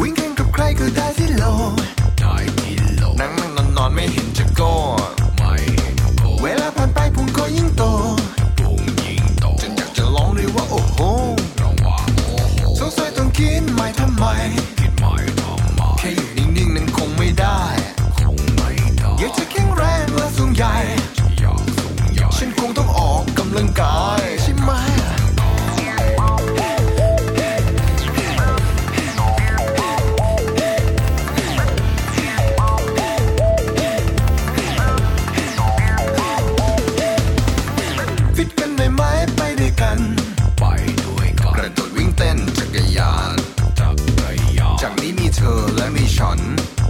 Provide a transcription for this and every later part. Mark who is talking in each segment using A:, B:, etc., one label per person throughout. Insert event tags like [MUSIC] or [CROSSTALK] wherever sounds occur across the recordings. A: วิ่งแข่งกับใครก็ได้ที่โล
B: ได้กินโล
A: นั่งนั่งนอนนอนไม่เห็นจะโก้
B: ไม่เห็นโผล่
A: เวลาผ่านไปพุงก็ยิ่งโต
B: พุงยิงโต
A: จนอยากจะร้องเลยว่าโอ้โห
B: ระหว่างโอ้โห
A: สงสัยต้องกินไม่ทำไม
B: คิดไม่ทำไม
A: แค่อยู่นิ่งๆนั้นคงไม่ได้
B: คงไม่ได้
A: อยากจะแข็งแรงและสูงใหญ่
B: อยากสูงใหญ่
A: ฉันคงต้องออกกำลังกาย ใช่ไหม ฟิตกันได้ไหมไปด้วยกัน
B: ไปด้วยกั
A: ก
B: น
A: ระโดดวิ่งเต้นจักรยาน
B: จักรยาน
A: จากนี้มีเธอและมีฉัน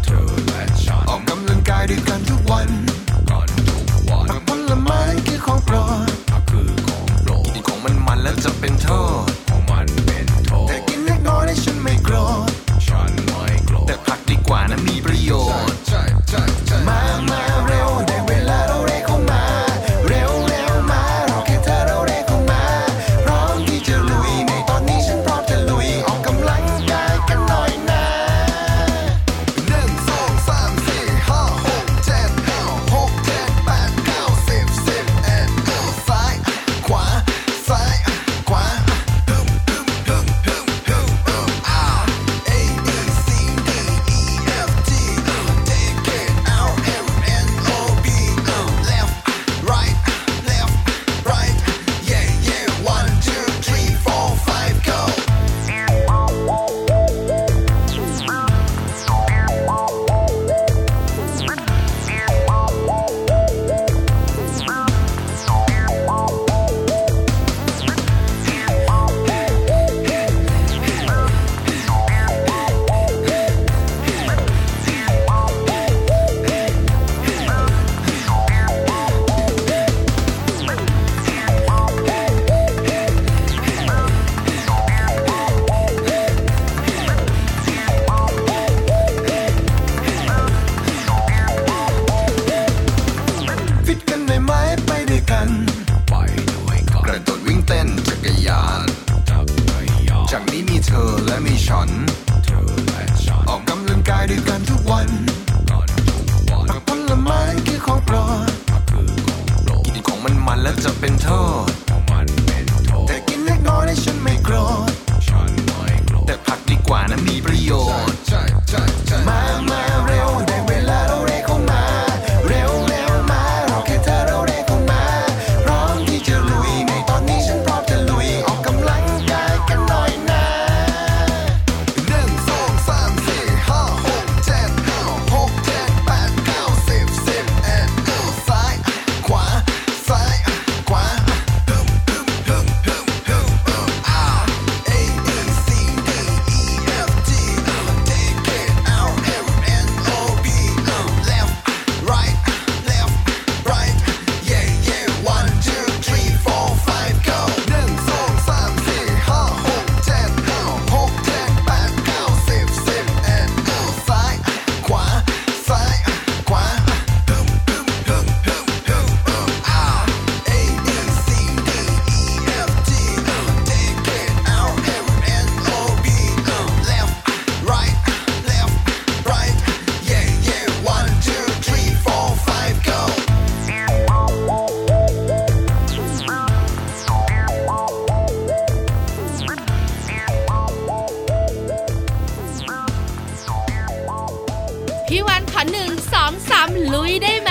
B: เธอและฉัน
A: ออกกำลังกายด้วยกันทุกวัน
B: กันทุกวัน
A: ผักผลไม้คือของโปรด
B: คือของโปรด
A: กินของมันมันๆแล้วจะเป็นโทษ
B: ของมันเป็นโทษ
A: แต่กินเล็กน้อยให้ฉันไม่โกรธ
B: ฉันไม่โกร
A: แต่
B: ธ
A: ผักดีกว่านะมีประโยชน์
B: ใช่ใช่ใช่
A: มา มา เร็วได้เวลาเราเร่งเข้ามา เร็วเร็วมา เราแค่เธอเราเร่งเข้ามา พร้อมที่จะลุย ในตอนนี้ฉันพร้อมจะลุย ออกกำลังกายกันหน่อยนะหนึ่งสองสามสี่ห้าหกเจ็ดห้าหกเจ็ดแปดเก้าสิบสิบเอ็ดเก้าซ้าย ขวา ซ้าย ขวา ฟิตกันได้ไหมไปด้วยกัน
B: ไปด้วยกั
A: ก
B: น
A: ระโดดวิ่งเต้นจักรยาน
B: จักรยาน
A: จากนี้มีเธอและมีฉัน
B: เธอและฉัน
A: ออกกำลังกายด้วยกันทุกวัน
B: กันทุกวัน
A: ผักผลไม้คือของโปรด
B: คือของโปรด
A: กินของมันมันๆแล้วจะเป็นโทษ
B: ของมันเป็นโทษ
A: แต่กินเล็กน้อยให้ฉันไม่โกรธ
B: ฉันไม่โกรธ
A: แต่ผักดีกว่านะมีประโยชน์
B: ใช่ใช่ใช่
A: มา มาเร็วได้เวลาเราเร่งเข้ามา เร็วเร็วมาเราแค่เธอเราเร่งเข้ามา พร้อมที่จะลุย ในตอนนี้ฉันพร้อมจะลุย ออกกำลังกายกันหน่อยนะหนึ่งสองสามสี่ห้าหกเจ็ดห้าหกเจ็ดแปดเก้าสิบสิบเอ็ดเก้าซ้ายขวาซ้ายขวา Hey, A, B, C, D, E, F, G, H, I, J,
C: พี่วันขอหนึ่งสองสามลุยได้ไหม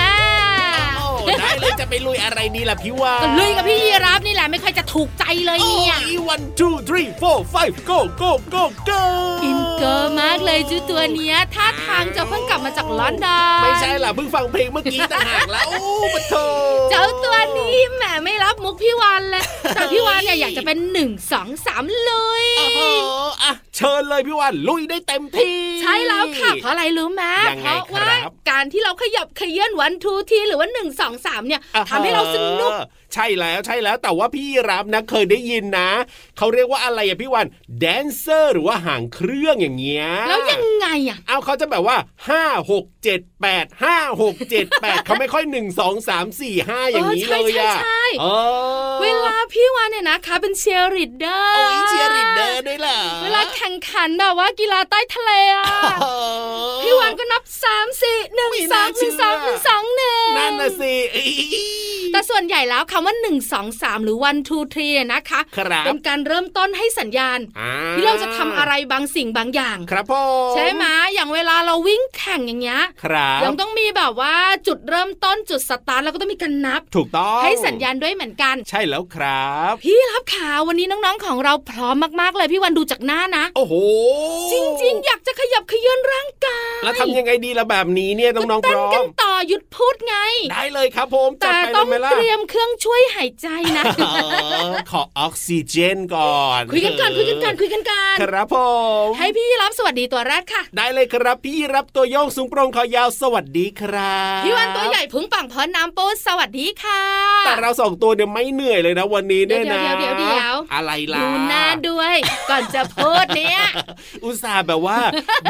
D: โอ้ได้เลยจะไปลุยอะไรดีล่ะพี่วาน
C: ก็ลุยกับพี่ยีรับนี่แหละไม่ค่อยจะถูกใจเลย
D: โอ้
C: เนี่ย
D: ย one two three four five go go go go
C: อินเกอร์มากเลยเจูตัวเนี้ยท่าทางจะเพิ่งกลับมาจากลอนดอน
D: ไม่ใช่ล่ะเพิ่งฟังเพลงเมื่อกี้ต่างหากแล้วโอ้ปะโถ
C: เจ้าตัวนี้แหมไม่รับมุกพี่วัน [LAUGHS] เลย แต่พี่วันเนี่ยอยากจะเป็นหนึ่งสองสามลุย
D: โอ้โหอ่ะเชิญเลยพี่วันลุยได้เต็มที่
C: ใช่แล้วค่ะ เพราะอะไรรู้ไหม
D: ยัง
C: เพ
D: ไง
C: ราะว่า
D: ครับ
C: การที่เราขยับเขยื่อนวันทูทีหรือว่าหนึ่งสองสามเนี่ย
D: อ่า
C: ทำให้เราสนุก
D: ใช่แล้วใช่แล้วแต่ว่าพี่รับนะเคยได้ยินนะ เขาเรียกว่าอะไรอ่ะพี่วันแดนเซอร์หรือว่าหางเครื่องอย่างเงี้ย
C: แล้วยังไงอ่ะ
D: เอาเขาจะแบบว่า 5 6 7 8 5 6 7 8 เขาไม่ค่อย 1 2 3 4 5 อย่างนี้
C: เออ
D: เล
C: ใช่
D: ยอ่ะ
C: ใช่ใช่
D: เออ
C: เวลาพี่วานเนี่ยนะคะเป็นเชียร์ลีดเดอร์
D: โอ้ยเชียร์ริดเดอร์ด้วยเหรอ
C: เวลาแข่งขันแบบว่ากีฬาใต้ทะเลอ่ะ
D: เออ
C: พี่วานก็นับสามสี่หนึ่ง
D: ไม่
C: สอ
D: น่าง
C: ห
D: เชื่
C: นึ่งสองหนึ่
D: อ
C: งสองหนึ่ง
D: นั่นน่ะสิ
C: แต่ส่วนใหญ่แล้วคำว่าหนึ่งสองสามหรือวันทูทียนะคะ
D: ครับ
C: เป็นการเริ่มต้นให้สัญญาณ
D: อ่
C: ที่เราจะทำอะไรบางสิ่งบางอย่าง
D: ครับผม
C: ใช่ไหมอย่างเวลาเราวิ่งแข่งอย่างเงี้ย
D: ครับ
C: ยังต้องมีแบบว่าจุดเริ่มต้นจุดสตาร์ทแล้วก็ต้องมีการนับ
D: ถูกต้อง
C: ให้สัญญาณด้วยเหมือนกัน
D: ใช่แล้วครับ
C: พี่รับข่าววันนี้น้องๆของเราพร้อมมากๆเลยพี่วันดูจากหน้านะ
D: โอ้โห
C: จริงๆ อยากจะขยับเขยื้อนร่างกาย
D: แล้วทำยังไงดีล่ะแบบนี้เนี่ยน้องๆพ
C: เต้น
D: ร้อ
C: กัน
D: ม
C: ต่อหยุดพูดไง
D: ได้เลยครับผมจัด
C: แต่
D: ไปเล
C: ต้อย ง
D: ไหมล่ะ
C: เตรียมเครื่องช่วยหายใจ
D: [LAUGHS]
C: นะ
D: เออ [LAUGHS] ขอออกซิเจนก่อน
C: คุยกันก่อนคุยกันก่อนคุยกันก่อน
D: ครับผม
C: ให้พี่รับสวัสดีตัวแรกค่ะ
D: ได้เลยครับ พี่รับตัวโยงสูงโปรงคอยาวสวัสดีครับ
C: พี่วันตัวใหญ่พุงปังพอน้ำปูสวัสดีค่ะ
D: แต่เราสองตัวเนี่ยไม่เหนื่อยเลยนะวันนี้เนี่ยนะ
C: เดี๋ยวเดี๋ยวเดี๋ยวเดี๋ยว
D: อะไรล่ะ
C: ดูหน้าด้วย ก่อนจะพูดเนี่ย
D: [LAUGHS] อุตส่าห์แบบว่า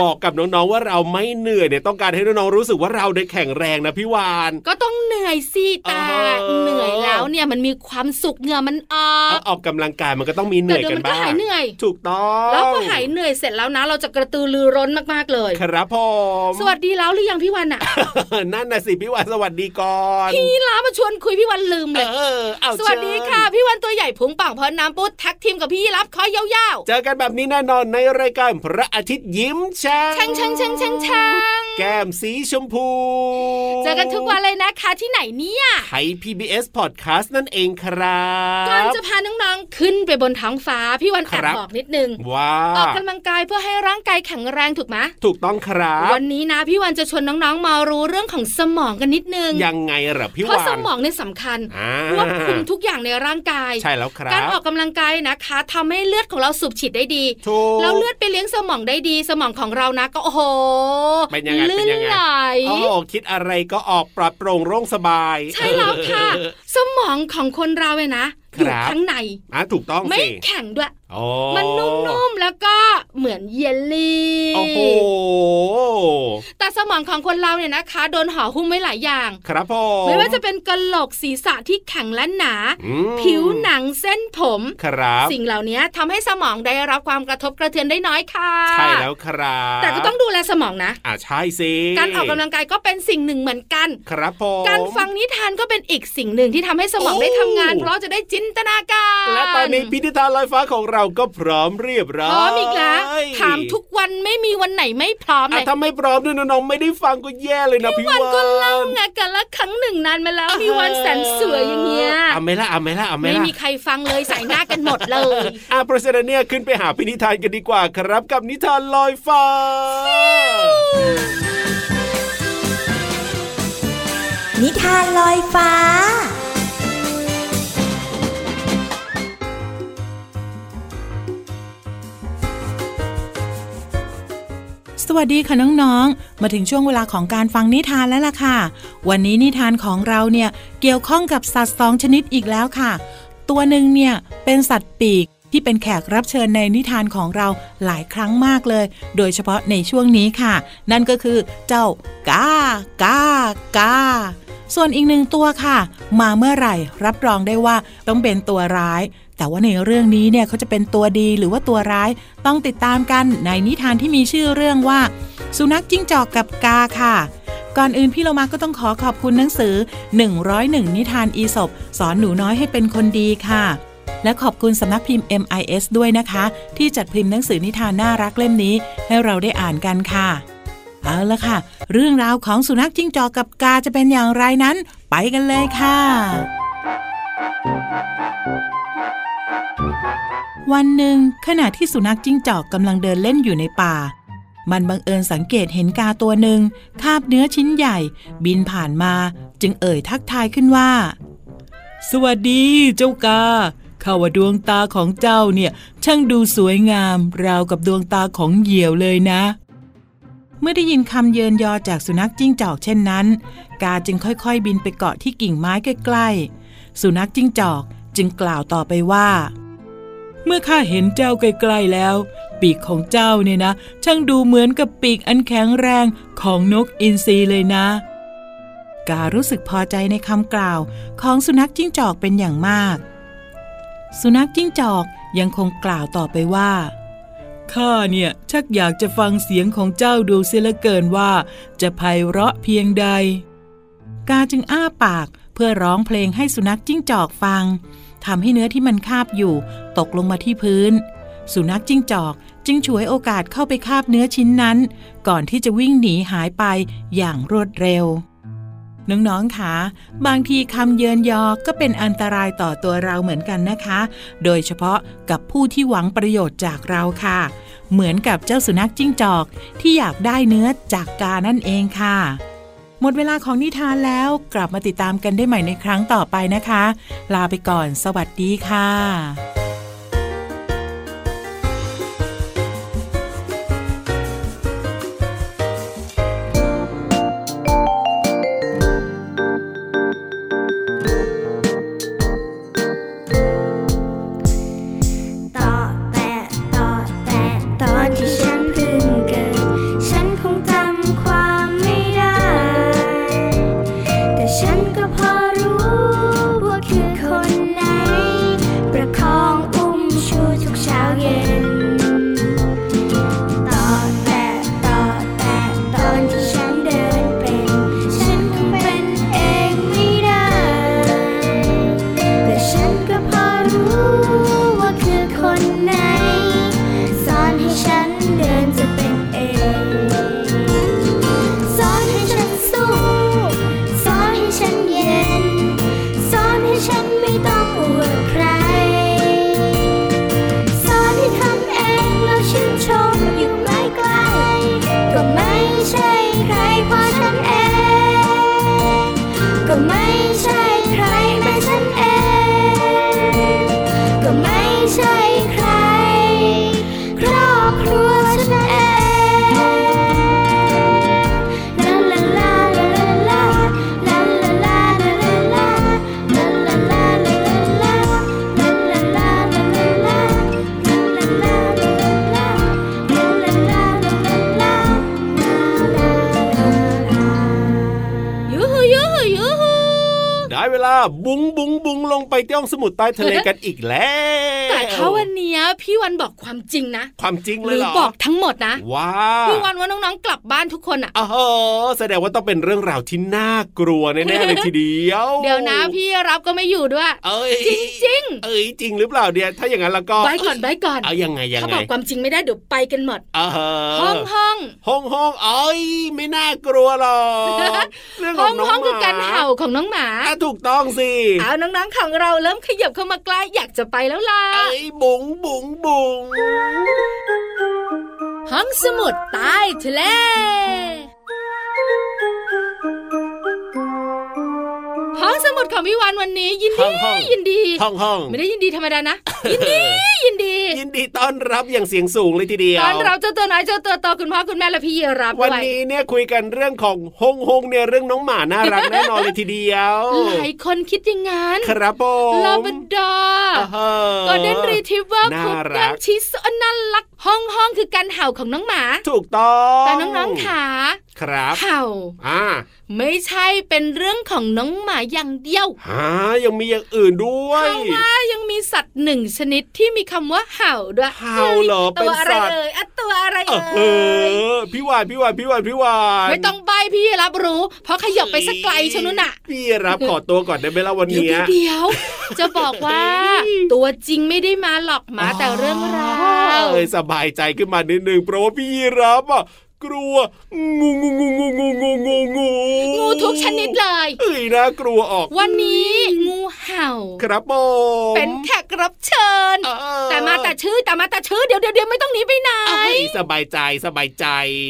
D: บอกกับน้องๆว่าเราไม่เหนื่อยเนี่ยต้องการให้น้องๆรู้สึกว่าเราได้แข็งแรงนะพี่วาน
C: ก็ต้องเหนื่อยสิแต่
D: เออ
C: เหนื่อยแล้วเนี่ยมันมีความสุขเหงื่อมันออ
D: เอา
C: ก
D: ออกกำลังกายมันก็ต้องมีเห
C: แต่
D: นื่อย
C: เดี๋ยว
D: กัน
C: มันก็
D: บ้า
C: หาย
D: ง
C: เหนื่อย
D: ถูกต้อง
C: แล้วพอหายเหนื่อยเสร็จแล้วนะ เราจะกระตือรือร้นมากๆเลย
D: ครับผม
C: สวัสดีแล้วหรือยังพี่วันอะ
D: นั่นนะสิพี่วานสวัสดีก่อน
C: พี่ลามาชวนคุยพี่วันลืม
D: เอ
C: เลย
D: อเอา
C: สวัสดีค่ะ
D: เชิญ
C: พี่วันตัวใหญ่พุงป่องพอน้ำปุ๊ดแท็กทีมกับพี่รับคอยยาว
D: เจอกันแบบนี้แน่นอนในรายการพระอาทิตย์ยิ้มแฉ่
C: ๆช่างช่างช่างช่างช่าง
D: แก้มสีชมพู
C: เจอกันทุกวันเลยนะคะที่ไหนเนี่ย
D: ไทย PBS Podcast นั่นเองครับ
C: ก่อนจะพาน้องๆขึ้นไปบนท้องฟ้าพี่วันแอบบอกนิดนึง
D: ว้า
C: ออกกำลังกายเพื่อให้ร่างกายแข็งแรงถูกไหม
D: ถูกต้องครับ
C: วันนี้นะพี่วันจะชวนน้องๆมารู้เรื่องของสมองกันนิดนึง
D: ยังไงเหรอพี่
C: เพราะ
D: วา
C: ส
D: น
C: มองเนี่ยสำคัญ
D: อ่า
C: ควบคุมทุกอย่างในร่างกาย
D: ใช่แล้วครั
C: การ
D: บ
C: ออกกำลังกายนะคะทำให้เลือดของเราสูบฉีดได้ดี
D: ถูก
C: แล้วเลือดไปเลี้ยงสมองได้ดี สมองของเรานะก็โอ้โห
D: เป็นยังไงเป็น
C: ลื่น
D: ยังไง
C: ไหล
D: โอ้โหคิดอะไรก็ออกปลอดโปร่งโล่งสบาย
C: ใช่แล้ว
D: [LAUGHS]
C: ค่ะ สมองของคนเราเนี่ยนะอยู่
D: ครับ
C: ข้างใน
D: อ่ะถูกต้อง
C: ไม่
D: สิ
C: แข็งด้วย
D: โอ้
C: มันนุ่มๆแล้วก็เหมือนเยลลี่
D: โอ้โห
C: แต่สมองของคนเราเนี่ยนะคะ โดนห่อหุ้มไว้หลายอย่าง
D: ครับผม
C: ไม่ว่าจะเป็นกะโหลกศีรษะที่แข็งและหนา
D: อืม
C: ผิวหนังเส้นผม
D: ครับ
C: สิ่งเหล่านี้ทำให้สมองได้รับความกระทบกระเทือนได้น้อยค่ะ
D: ใช่แล้วครับ
C: แต่ก็ต้องดูแลสมองนะ
D: อ่ะใช่สิ
C: การออกกำลังกายก็เป็นสิ่งหนึ่งเหมือนกัน
D: ครับผม
C: การฟังนิทานก็เป็นอีกสิ่งหนึ่งที่ทำให้สมองได้ทำงาน
D: โอ้
C: เพราะจะได้จินตนาการ
D: และตอนนี้พิธีทานลอยฟ้าของเราก็พร้อมเรียบ
C: พ
D: ร้อย
C: ร้อมอีกแล้วถามทุกวันไม่มีวันไหนไม่พร้อม
D: อ่ะ
C: เลย
D: ถ้าไม่พร้อมด้วยน้องๆไม่ได้ฟังก็แย่เลยนะพี่
C: วัน
D: วาน
C: ก็เล่าไงกันละครั้งหนึ่งนานมาแล้วมีวันแสนสวยอย่างเงี้ย
D: เอาไหม่ละเอาไหม่ละเอาไหม่
C: ไม่
D: ละ
C: มีใครฟังเลยใส่หน้ากันหมดเลย
D: [LAUGHS] อ่ะเพราะฉะนั้นเนี่ยขึ้นไปหาพินิธานกันดีกว่าครับกับนิทานลอยฟ้า
E: นิทานลอยฟ้า
F: สวัสดีค่ะน้องๆ มาถึงช่วงเวลาของการฟังนิทานแล้วล่ะค่ะ วันนี้นิทานของเราเนี่ยเกี่ยวข้องกับสัตว์สองชนิดอีกแล้วค่ะ ตัวหนึ่งเนี่ยเป็นสัตว์ปีกที่เป็นแขกรับเชิญในนิทานของเราหลายครั้งมากเลย โดยเฉพาะในช่วงนี้ค่ะ นั่นก็คือเจ้ากากากา ส่วนอีกหนึ่งตัวค่ะ มาเมื่อไหร่รับรองได้ว่าต้องเป็นตัวร้าย แต่ว่าในเรื่องนี้เนี่ยเขาจะเป็นตัวดีหรือว่าตัวร้าย ต้องติดตามกันในนิทานที่มีชื่อเรื่องว่า สุนัขจิ้งจอกกับกาค่ะ ก่อนอื่นพี่โลมาก็ต้องขอขอบคุณหนังสือ 101 นิทานอีสบสอนหนูน้อยให้เป็นคนดีค่ะ และขอบคุณสำนักพิมพ์ MIS ด้วยนะคะ ที่จัดพิมพ์หนังสือนิทานน่ารักเล่มนี้ ให้เราได้อ่านกันค่ะ เอาละค่ะ เรื่องราวของสุนัขจิ้งจอกกับกาจะเป็นอย่างไรนั้น ไปกันเลยค่ะ วันหนึ่งขณะที่สุนัขจิ้งจอกกำลังเดินเล่นอยู่ในป่า มันบังเอิญสังเกตเห็นกาตัวหนึ่งคาบเนื้อชิ้นใหญ่ บินผ่านมา จึงเอ่ยทักทายขึ้นว่า สวัสดีเจ้ากา ข้าว่าดวงตาของเจ้าเนี่ย ช่างดูสวยงาม ราวกับดวงตาของเหยี่ยวเลยนะ เมื่อได้ยินคำเยินยอจากสุนัขจิ้งจอกเช่นนั้น กาจึงค่อยๆ บินไปเกาะที่กิ่งไม้ใกล้ๆ สุนัขจิ้งจอกจึงกล่าวต่อไปว่า เมื่อข้าเห็นเจ้าใกล้ๆแล้ว ปีกของเจ้าเนี่ยนะ ช่างดูเหมือนกับปีกอันแข็งแรงของนกอินทรีเลยนะ การู้สึกพอใจในคำกล่าวของสุนัขจิ้งจอกเป็นอย่างมาก สุนัขจิ้งจอกยังคงกล่าวต่อไปว่า ข้าเนี่ยชักอยากจะฟังเสียงของเจ้าดูเสียเหลือเกินว่า จะไพเราะเพียงใด กาจึงอ้าปากเพื่อร้องเพลงให้สุนัขจิ้งจอกฟังทำให้เนื้อที่มันคาบอยู่ ตกลงมาที่พื้น สุนัขจิ้งจอกจึงฉวยโอกาสเข้าไปคาบเนื้อชิ้นนั้น ก่อนที่จะวิ่งหนีหายไปอย่างรวดเร็ว น้องๆคะบางทีคำเยินยอก็เป็นอันตรายต่อตัวเราเหมือนกันนะคะ โดยเฉพาะกับผู้ที่หวังประโยชน์จากเราค่ะ เหมือนกับเจ้าสุนัขจิ้งจอกที่อยากได้เนื้อจากกานั่นเองค่ะ หมดเวลาของนิทานแล้วกลับมาติดตามกันได้ใหม่ในครั้งต่อไปนะคะ ลาไปก่อน สวัสดีค่ะ
G: ต่อแต่ต่อแต่ตอนที่ฉันเพิ่งเกิด ฉันคงจำความไม่ได้ แต่ฉันก็พอรู้ว่าคือคนไหน ประคองอุ้มชูทุกเช้าเย็น ต่อแต่ต่อแต่ตอนที่ฉันเดินเป็น ฉันคงเป็นเองไม่ได้ แต่ฉันก็พอรู้ว่าคือคนไหนสอนให้ฉันเดินจะเป็นเองสอนให้ฉันสู้สอนให้ฉันเย็นสอนให้ฉันไม่ต้องอวดใคร สอนให้ทำเองแล้วชื่นชมอยู่ไม่ไกลก็ไม่ใช่ใครเพราะฉันเอง ก็ไม่ใช่ใครเป็นฉันเอง ก็ไม่ใช่ใคร ครอบครัวฉันเอง ลาลาลาลาลาลาลาลาลาลาลาลาลาลาลาลาลาลา
C: ยูฮูยูฮูยูฮู
D: [LAUGHS] ได้เวลาบุ้งบุ้งบุ้งลงไปที่ห้องสมุดใต้ทะเลกันอีกแล้ว
C: แต่ถ้าวันเนี้ยพี่วันบอกความจริงนะ
D: ความจริง
C: ห
D: เล
C: รื
D: ย
C: อ
D: เหรอ
C: บอกทั้งหมดนะ
D: ว้า
C: พี่วันว่าน้องๆกลับบ้านทุกคนอะ
D: อ๋อแสดงว่าต้องเป็นเรื่องราวที่น่ากลัวแน่ๆ
C: [LAUGHS]
D: เลยทีเดียว
C: เดี๋ยวนะพี่รับก็ไม่อยู่ด้วย
D: เอ้ย
C: จริง
D: เอ้ยจริงหรือเปล่าเนี่ยถ้าอย่างนั้นแล้วก็
C: ๆไปก่อนไปก่อน
D: เอายังไงยัง
C: ถ้า
D: ไง
C: บอกความจริงไม่ได้เดี๋ยวไปกันหมด
D: เออ
C: ห้องห้อง
D: ห้องห้องเอ้ยไม่น่ากลัวหรอกเรื่องข
C: [LAUGHS] ห้
D: อ
C: อง
D: งน้อง
C: ห้องคือ
D: หม
C: การเห่าของน้องหมา
D: อ่ะถูกต้องสิ
C: เอาน้องๆของเราเริ่มขยับเข้ามาใกล้อยากจะไปแล้วล่ะ
D: เอ้ยบุ๋งบุ๋งบุ๋ง
C: ห้องสมุดใต้ทะเลห้องสมุดของพี่วันวันนี้ยิน
D: ห้อ
C: ดี
D: งห้อง
C: ยินดี
D: ห้องห้อง
C: ไม่ได้ยินดีธรรมดานะ ยินดียินดี
D: [LAUGHS] ยินดีต้อนรับอย่างเสียงสูงเลยทีเดียว
C: ตอนเราเจ้าตัวน้อยเจ้าตัวโตคุณพ่อคุณแม่และพี่รับ
D: วัน
C: ด้วย
D: นี้เนี่ยคุยกันเรื่องของฮงฮงเนี่ยเรื่องน้องหมาน่ารักแน่นอนเลยทีเดียว
C: หลายคนคิดอย่างนั้น
D: ครับผม
C: ลาบดอ
D: เออ
C: กอเดนรีทิเวอร์
D: น่า
C: พุด
D: รั
C: ดิ้ง
D: ก
C: ชิสอันน่ารักห้องห้องคือการเห่าของน้องหมา
D: ถูกต้อง
C: แต่น้องๆขา
D: ครับ
C: เห่า
D: อ่า
C: ไม่ใช่เป็นเรื่องของน้องหมาอย่างเดียว
D: หายังมีอย่างอื่นด้วย
C: เพราะว่ายังมีสัตว์หนึ่งชนิดที่มีคำว่าเห่าด้วย
D: เห่าเหรอ
C: ตัวอะไร
D: เป็นสัตว์
C: เอ่ยอะตัวอะไร
D: เอ
C: เอ่ย
D: อพี่วานพี่วานพี่วานพี่วาน
C: ไม่ต้องใบพี่รับรู้ เพราะขยับไปสักไกลชะนุน่ะ
D: พี่รับขอตัวก่อนได้ไหมล่ะวัน
C: เดี๋ยว
D: เนี้ย
C: เดี๋ยวจะบอกว่า ตัวจริงไม่ได้มาหลอกมาแต่เรื่องราว
D: เอ้ยสบายใจขึ้นมานิดนึงเพราะว่าพี่ยีรับอ่ะ กลัว งูงูงูงูงูงูงูงู
C: งูทุกชนิดเลย
D: เอ้ยน่ากลัวออก
C: วันนี้งูเห่า
D: ครับผม
C: เป็นแขกรับเชิญ
D: เออ
C: แต่มาแต่ชื่อแต่มาแต่ชื่อเดี๋ยวเดี๋ยวเดี๋ยวไม่ต้องหนีไปไหน
D: เอ้ยสบายใจสบายใจ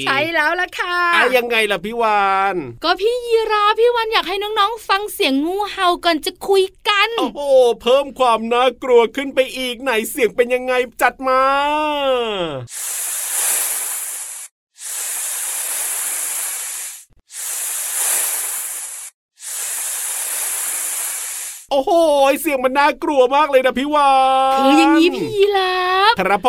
C: ใช่แล้วล่ะค่ะ
D: อะยังไงล่ะพี่วาน
C: ก็พี่ยีราฟพี่วันอยากให้น้องๆ ฟังเสียงงูเห่าก่อนจะคุยกัน
D: โอ้โหเพิ่มความน่ากลัวขึ้นไปอีกไหนเสียงเป็นยังไงจัดมา โอ้โหเสียงมันน่ากลัวมากเลยนะพี่วาน
C: คืออย่างนี้พี่ยีราฟ
D: ครับผ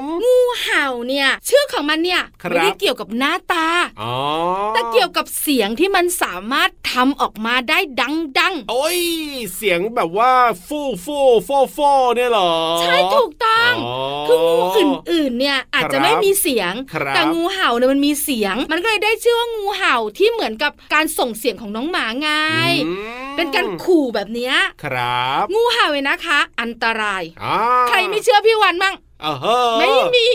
D: ม
C: งูเห่าเนี่ยชื่อของมันเนี่ย
D: ครับ
C: ไม่ได้เกี่ยวกับหน้าตา
D: อ๋อ
C: แต่เกี่ยวกับเสียงที่มันสามารถทำออกมาได้ดัง
D: โอ้ย เสียงแบบว่าฟู่ฟู่ฟอฟอเนี่ยเหรอ
C: ๆ ใช่ถูกต้อง
D: อ๋
C: คืองูอื่นๆ เนี่ยอาจจะไม่มีเสียง
D: ครับ
C: แต่งูเห่าเนี่ยมันมีเสียง มันก็เลยได้ชื่อว่างูเห่าที่เหมือนกับการส่งเสียงของน้องหมาไง
D: อืม
C: เป็นการขู่แบบเนี้ย
D: ครับ
C: งูเห่าเนี่ยนะคะ อันตราย
D: อ่า
C: ใครไม่เชื่อพี่วันมั่ง
D: อ่าฮะ
C: ไม่มี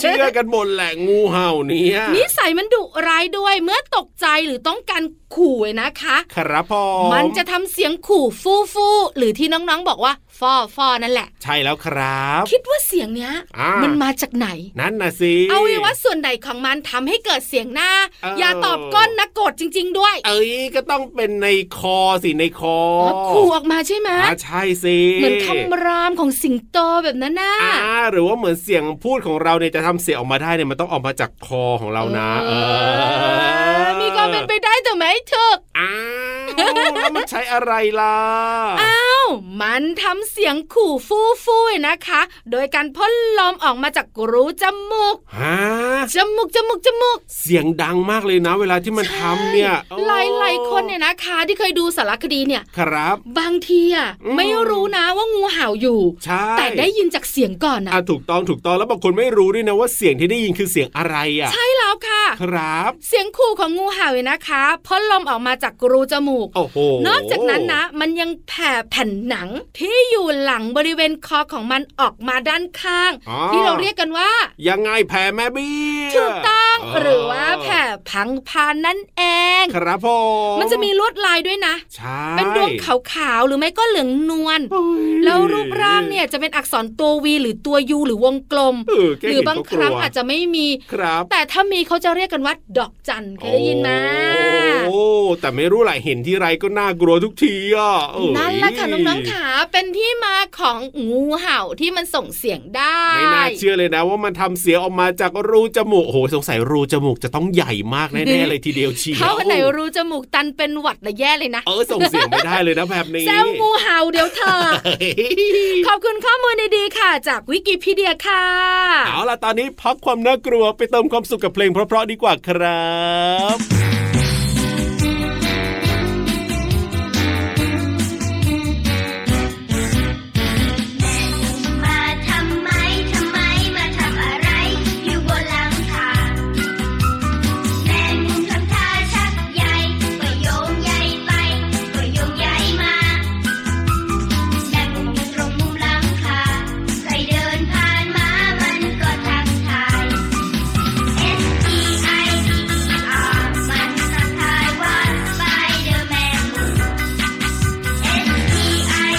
D: เชื่อกันหมดแหละงูเห่าเนี่ย
C: นิสัยมันดุร้ายด้วยเมื่อตกใจหรือต้องการขู่เนี่ยนะคะ
D: ครับพ่อ
C: มันจะทำเสียงขู่ฟูฟูหรือที่น้องๆบอกว่าฟอฟอนั่นแหละ
D: ใช่แล้วครับ
C: คิดว่าเสียงเนี้ย
D: อ่ามั
C: มันมาจากไหน
D: นั่นนะสิ
C: เอาวิวัตส่วนไหนของมันทำให้เกิดเสียงหน้า
D: เอออ
C: อย่าตอบก้นนะโกรธจริง ๆ ด้วย
D: เอ้ยก็ต้องเป็นในคอสิในคอ
C: อขู่ออกมาใช่ไหม
D: อ่าใช่สิ
C: เหมือนคำรามของสิงโตแบบนั้นน่ะ
D: อ่าหรือว่าเหมือนเสียงพูดของเราเนี่ยจะทำเสียงออกมาได้เนี่ยมันต้องออกมาจากคอของเรานะ
C: เอ
D: อ
C: อมีความเป็นไปได้แต่ไม่ถูก
D: อ้าวแล้วมันใช้อะไรล่ะ
C: อ้าว มันทำเสียงขู่ฟู่ฟู่นะคะ โดยการพ่นลมออกมาจากรูจมูก
D: ฮะ
C: จมูก จมูก จมูก
D: เสียงดังมากเลยนะ เวลาที่มันทำเนี่ย
C: หลายหลายๆคนเนี่ยนะคะ ที่เคยดูสารคดีเนี่ย
D: ครับ
C: บางทีอ่ะ
D: อืม
C: ไม่รู้นะว่างูเห่าอยู่
D: ใช่
C: แต่ได้ยินจากเสียงก่อนนะ
D: อ่ะถูกต้องถูกต้องแล้วบางคนไม่รู้ด้วยนะว่าเสียงที่ได้ยินคือเสียงอะไรอ่ะ
C: ใช่แล้วค่ะ
D: ครับ
C: เสียงขู่ของงูเห่าเนี่ยนะคะพ่นลมออกมาจากรูจมูก
D: โอ้โห
C: นอกจากนั้นนะ มันยังแผ่แผ่นหนังที่อยู่หลังบริเวณคอของมันออกมาด้านข้าง
D: อ๋อ
C: ที่เราเรียกกันว่า
D: ยังไงแผ่แม่เบี้ย
C: ถูกต้องหรือว่าแผ่พังพานนั่นเอง
D: ครับผม
C: มันจะมีลวดลายด้วยนะ
D: ใช่
C: เป็นดวงขาวๆหรือไม่ก็เหลืองนวลแล้วรูปร่างเนี่ยจะเป็นอักษรตัววีหรือตัวยูหรือวงกลม
D: เออแค่
C: หรื
D: เห็น
C: บาง
D: ก็
C: ค
D: กลัว
C: รั้งอาจจะไม่มี
D: ครับ
C: แต่ถ้ามีเขาจะเรียกกันว่าดอกจันเคยได้ยินไหม
D: โอ้แต่ไม่รู้แหละเห็นที่ไรก็น่ากลัวทุกทีอ่ะเอ้ย
C: นั่นแหละค่ะน้องๆขาเป็นที่มาของงูเห่าที่มันส่งเสียงได้
D: ไม่น่าเชื่อเลยนะว่ามันทำเสียงออกมาจากรูจมูกโอ้โหสงสัยรูจมูกจะต้องใหญ่มากแน่ๆเลยทีเดียวเชียว
C: เขาวันไหนรู้จมูกตันเป็นหวัดนะแย่เลยนะ
D: เออส่งเสียงไม่ได้เลยนะแบบนี้
C: แซวงูเห่าเดี๋ยวเธอะ
D: เฮ้ย
C: ขอบคุณข้อมูลดีๆค่ะ จากวิกิพีเดียค่ะ
D: เอาล่ะตอนนี้พักความน่ากลัวไปเติมความสุขกับเพลงเพราะๆดีกว่าครับ
H: มาทำไม ทำไม มาทำอะไร อยู่บนหลังคาแมงมุมทำท่าชักใยก็โยงใยไป ก็โยงใยมาแมงมุมอยู่ตรงมุมหลังคาใครเดินผ่านมามันก็ทักทาย S E I D E R มันทักทายว่าไปเดอแมงมุม S T I T E R มัน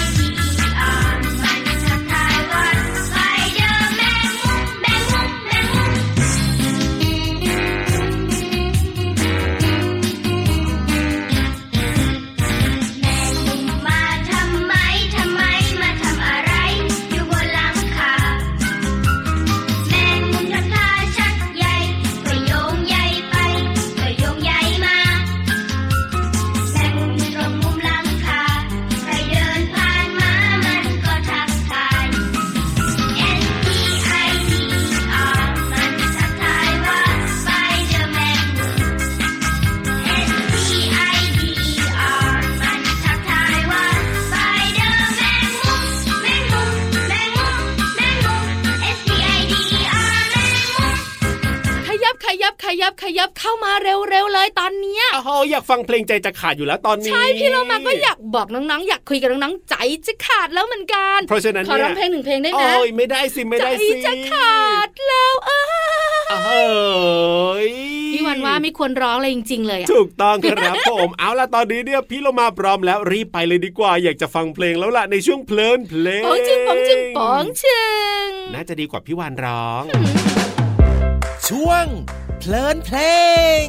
H: ทักทายว่าไปเดอแมงมุมแมงมุมแมงมุม แมงมุมมาทำไม ทำไม มาทำอะไร อยู่บนหลังคา แมงมุมทำท่าชักใยก็โยงใยไป ก็โยงใยมา แมงมุมอยู่ตรงมุมหลังคา ใครเดินผ่านมามันก็ทักทาย S T I T E R มันทักทายว่าไปเจอแมงมุม S T I D E R มันทักทายว่าไปเดอแมงมุมแมงมุมแมงมุมแมงมุม S T I D E R แมงมุม
C: ขยับขยับขยับขยับเข้ามาเร็วๆเลยตอนเนี้ย
D: โอ้โหอยากฟังเพลงใจจะขาดอยู่แล้วตอนนี้
C: ใช่พี่เรามาก็อยากบอกน้องๆ อยากคุยกับน้องๆใจจะขาดแล้วเหมือนกัน
D: เพราะฉะนั้น
C: ขอ
D: เนี่
C: ร้
D: ย
C: องเพลงหนึ่งเพลงได้ไหม
D: โอ้ยไม่ได้สิไม่
C: ใจ
D: ได้สิ
C: จะขาดแล้วเออ
D: เอ้ย
C: อนว่าไม่ควรร้องเลยจริง ๆ เลยอะ
D: ถูกต้องครับ ผมเอาล่ะตอนนี้เนี่ยพี่เรามาพร้อมแล้วรีบไปเลยดีกว่า อยากจะฟังเพลงแล้วล่ะในช่วงเพลินเพลง
C: ป๋องชึงป๋องชึงป๋องชึง
D: น่าจะดีกว่าพี่วานร้อง
I: ช่วง เพลินเพลง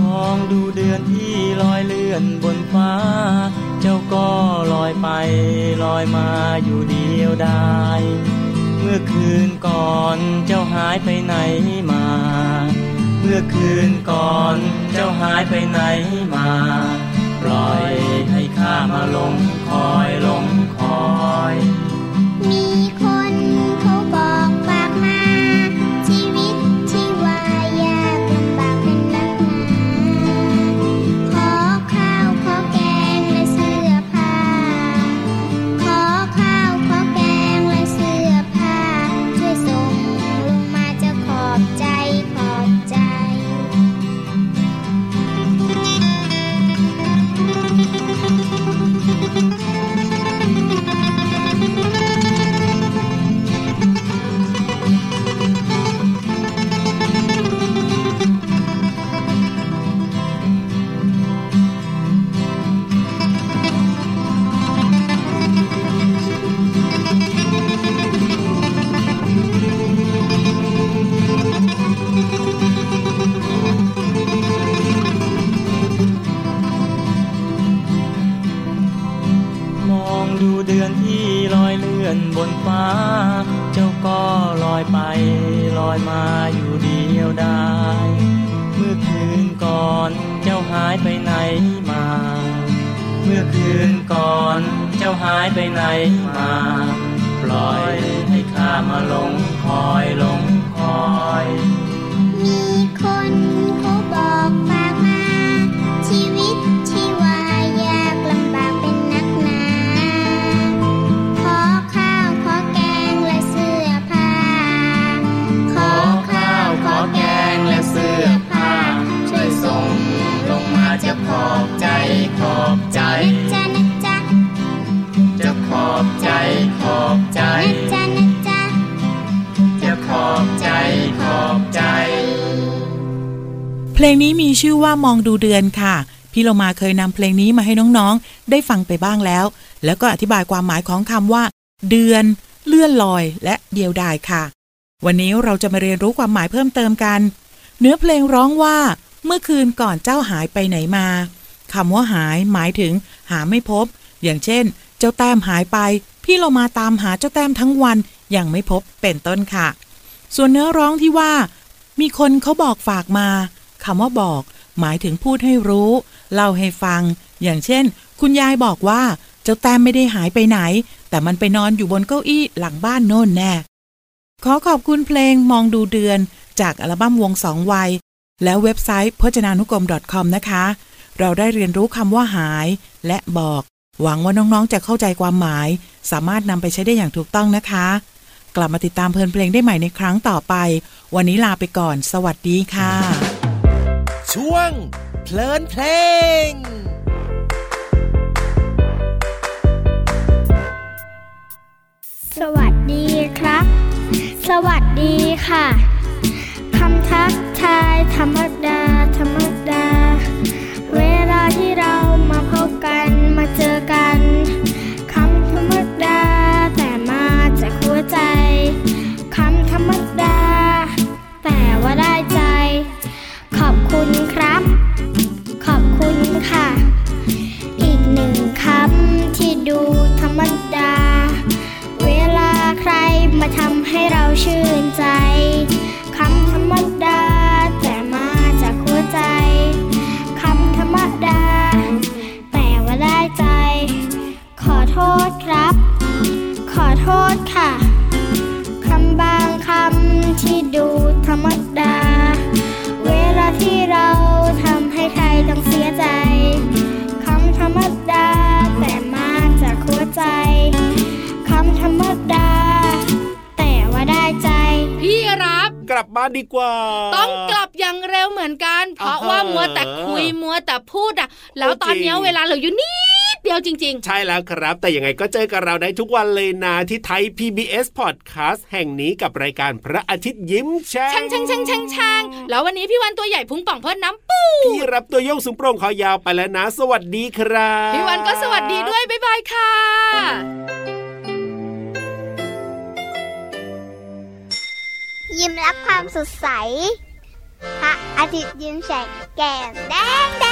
J: มองดูเดือนที่ลอยเลื่อนบนฟ้า เจ้าก็ลอยไปลอยมาอยู่เดียวดาย เมื่อคืนก่อนเจ้าหายไปไหนมา เมื่อคืนก่อนเจ้าหายไปไหนมา ปล่อยให้ข้ามาหลงคอยหลงคอย
G: มีคนเขาบอกฝากมา ชีวิตที่ว่ายากลำบากเป็นนักหนาขอข้าวขอแกงและเสื้อผ้า ขอข้าวขอแกงและเสื้อผ้า ช่วยส่งลงมาจะขอบใจขอบใจ
J: มองดูเดือนที่ลอยเลื่อนบนฟ้า เจ้าก็ลอยไปลอยมาอยู่เดียวดายเมื่อคืนก่อนเจ้าหายไปไหนมา เมื่อคืนก่อนเจ้าหายไปไหนมา ปล่อยให้ข้ามาหลงคอยหลงคอย
G: มีคนเขาบอกฝากมา ชีวิตที่ว่ายากลำบากเป็นนักหนา ขอข้าวขอแกงและเสื้อผ้า ขอข้าวขอแกงและเสื้อผ้า ช่วยส่งลงมาจะขอบใจขอบใจนะจ๊ะนะจ๊ะ
J: จะขอบใจขอบใจ
G: นะจ๊ะนะจ๊ะ
J: จะขอบใจขอบใจ
F: เพลงนี้มีชื่อว่ามองดูเดือนค่ะ พี่โลมาเคยนำเพลงนี้มาให้น้องๆ ได้ฟังไปบ้างแล้ว แล้วก็อธิบายความหมายของคำว่า เดือน เลื่อนลอย และเดียวดายค่ะ วันนี้เราจะมาเรียนรู้ความหมายเพิ่มเติมกัน เนื้อเพลงร้องว่า เมื่อคืนก่อนเจ้าหายไปไหนมาคำว่าหายหมายถึง หาไม่พบ อย่างเช่น เจ้าแต้มหายไป พี่โลมาตามหาเจ้าแต้มทั้งวันยังไม่พบเป็นต้นค่ะ ส่วนเนื้อร้องที่ว่า มีคนเขาบอกฝากมาคำว่าบอก หมายถึงพูดให้รู้ เล่าให้ฟัง อย่างเช่น คุณยายบอกว่า เจ้าแต้มไม่ได้หายไปไหน แต่มันไปนอนอยู่บนเก้าอี้หลังบ้านโน่นแน่ ขอขอบคุณเพลงมองดูเดือน จากอัลบั้มวงสองวัย และเว็บไซต์พจนานุกรม .com นะคะ เราได้เรียนรู้คำว่าหาย และบอก หวังว่าน้องๆจะเข้าใจความหมาย สามารถนำไปใช้ได้อย่างถูกต้องนะคะ กลับมาติดตามเพลินเพลงได้ใหม่ในครั้งต่อไป วันนี้ลาไปก่อน สวัสดีค่ะ
I: ช่วง เพลินเพลง
G: สวัสดีครับ สวัสดีค่ะ คำทักทายธรรมดา ธรรมดา เวลาที่เรามาพบกันมาเจอกัน คำธรรมดา แต่มาจากหัวใจ คำธรรมดา แต่ว่าได้ใจ ขอบคุณครับ ขอบคุณค่ะ อีกหนึ่งคำที่ดูธรรมดา เวลาใครมาทำให้เราชื่นใจ คำธรรมดา
D: ลับบ้านดีกว่า
C: ต้องกลับอย่างเร็วเหมือนกัน เพราะว่ามัวแต่คุยมัวแต่พูดอ่ะ แล้วตอนเนี้ย
D: จริง
C: เวลาเหลืออยู่นิดเดียวจริง
D: ใช่แล้วครับ แต่ยังไงก็เจอกับเราได้ทุกวันเลยนะที่ไทย PBS Podcast แห่งนี้กับรายการพระอาทิตย์ยิ้มแฉ่
C: ๆช่างช่างช่างช่างช่างแล้ววันนี้พี่วันตัวใหญ่พุงป่องเพิ่นน้ำปู
D: พี่รับตัวโยงสูงโปร่งคอยาวไปแล้วนะ สวัสดีครับ
C: พี่วันก็สวัสดีด้วย บ๊ายบายค่ะ
K: ยิ้มรับความสดใสพระอาทิตย์ยิ้มแฉกแก้มแดงแดง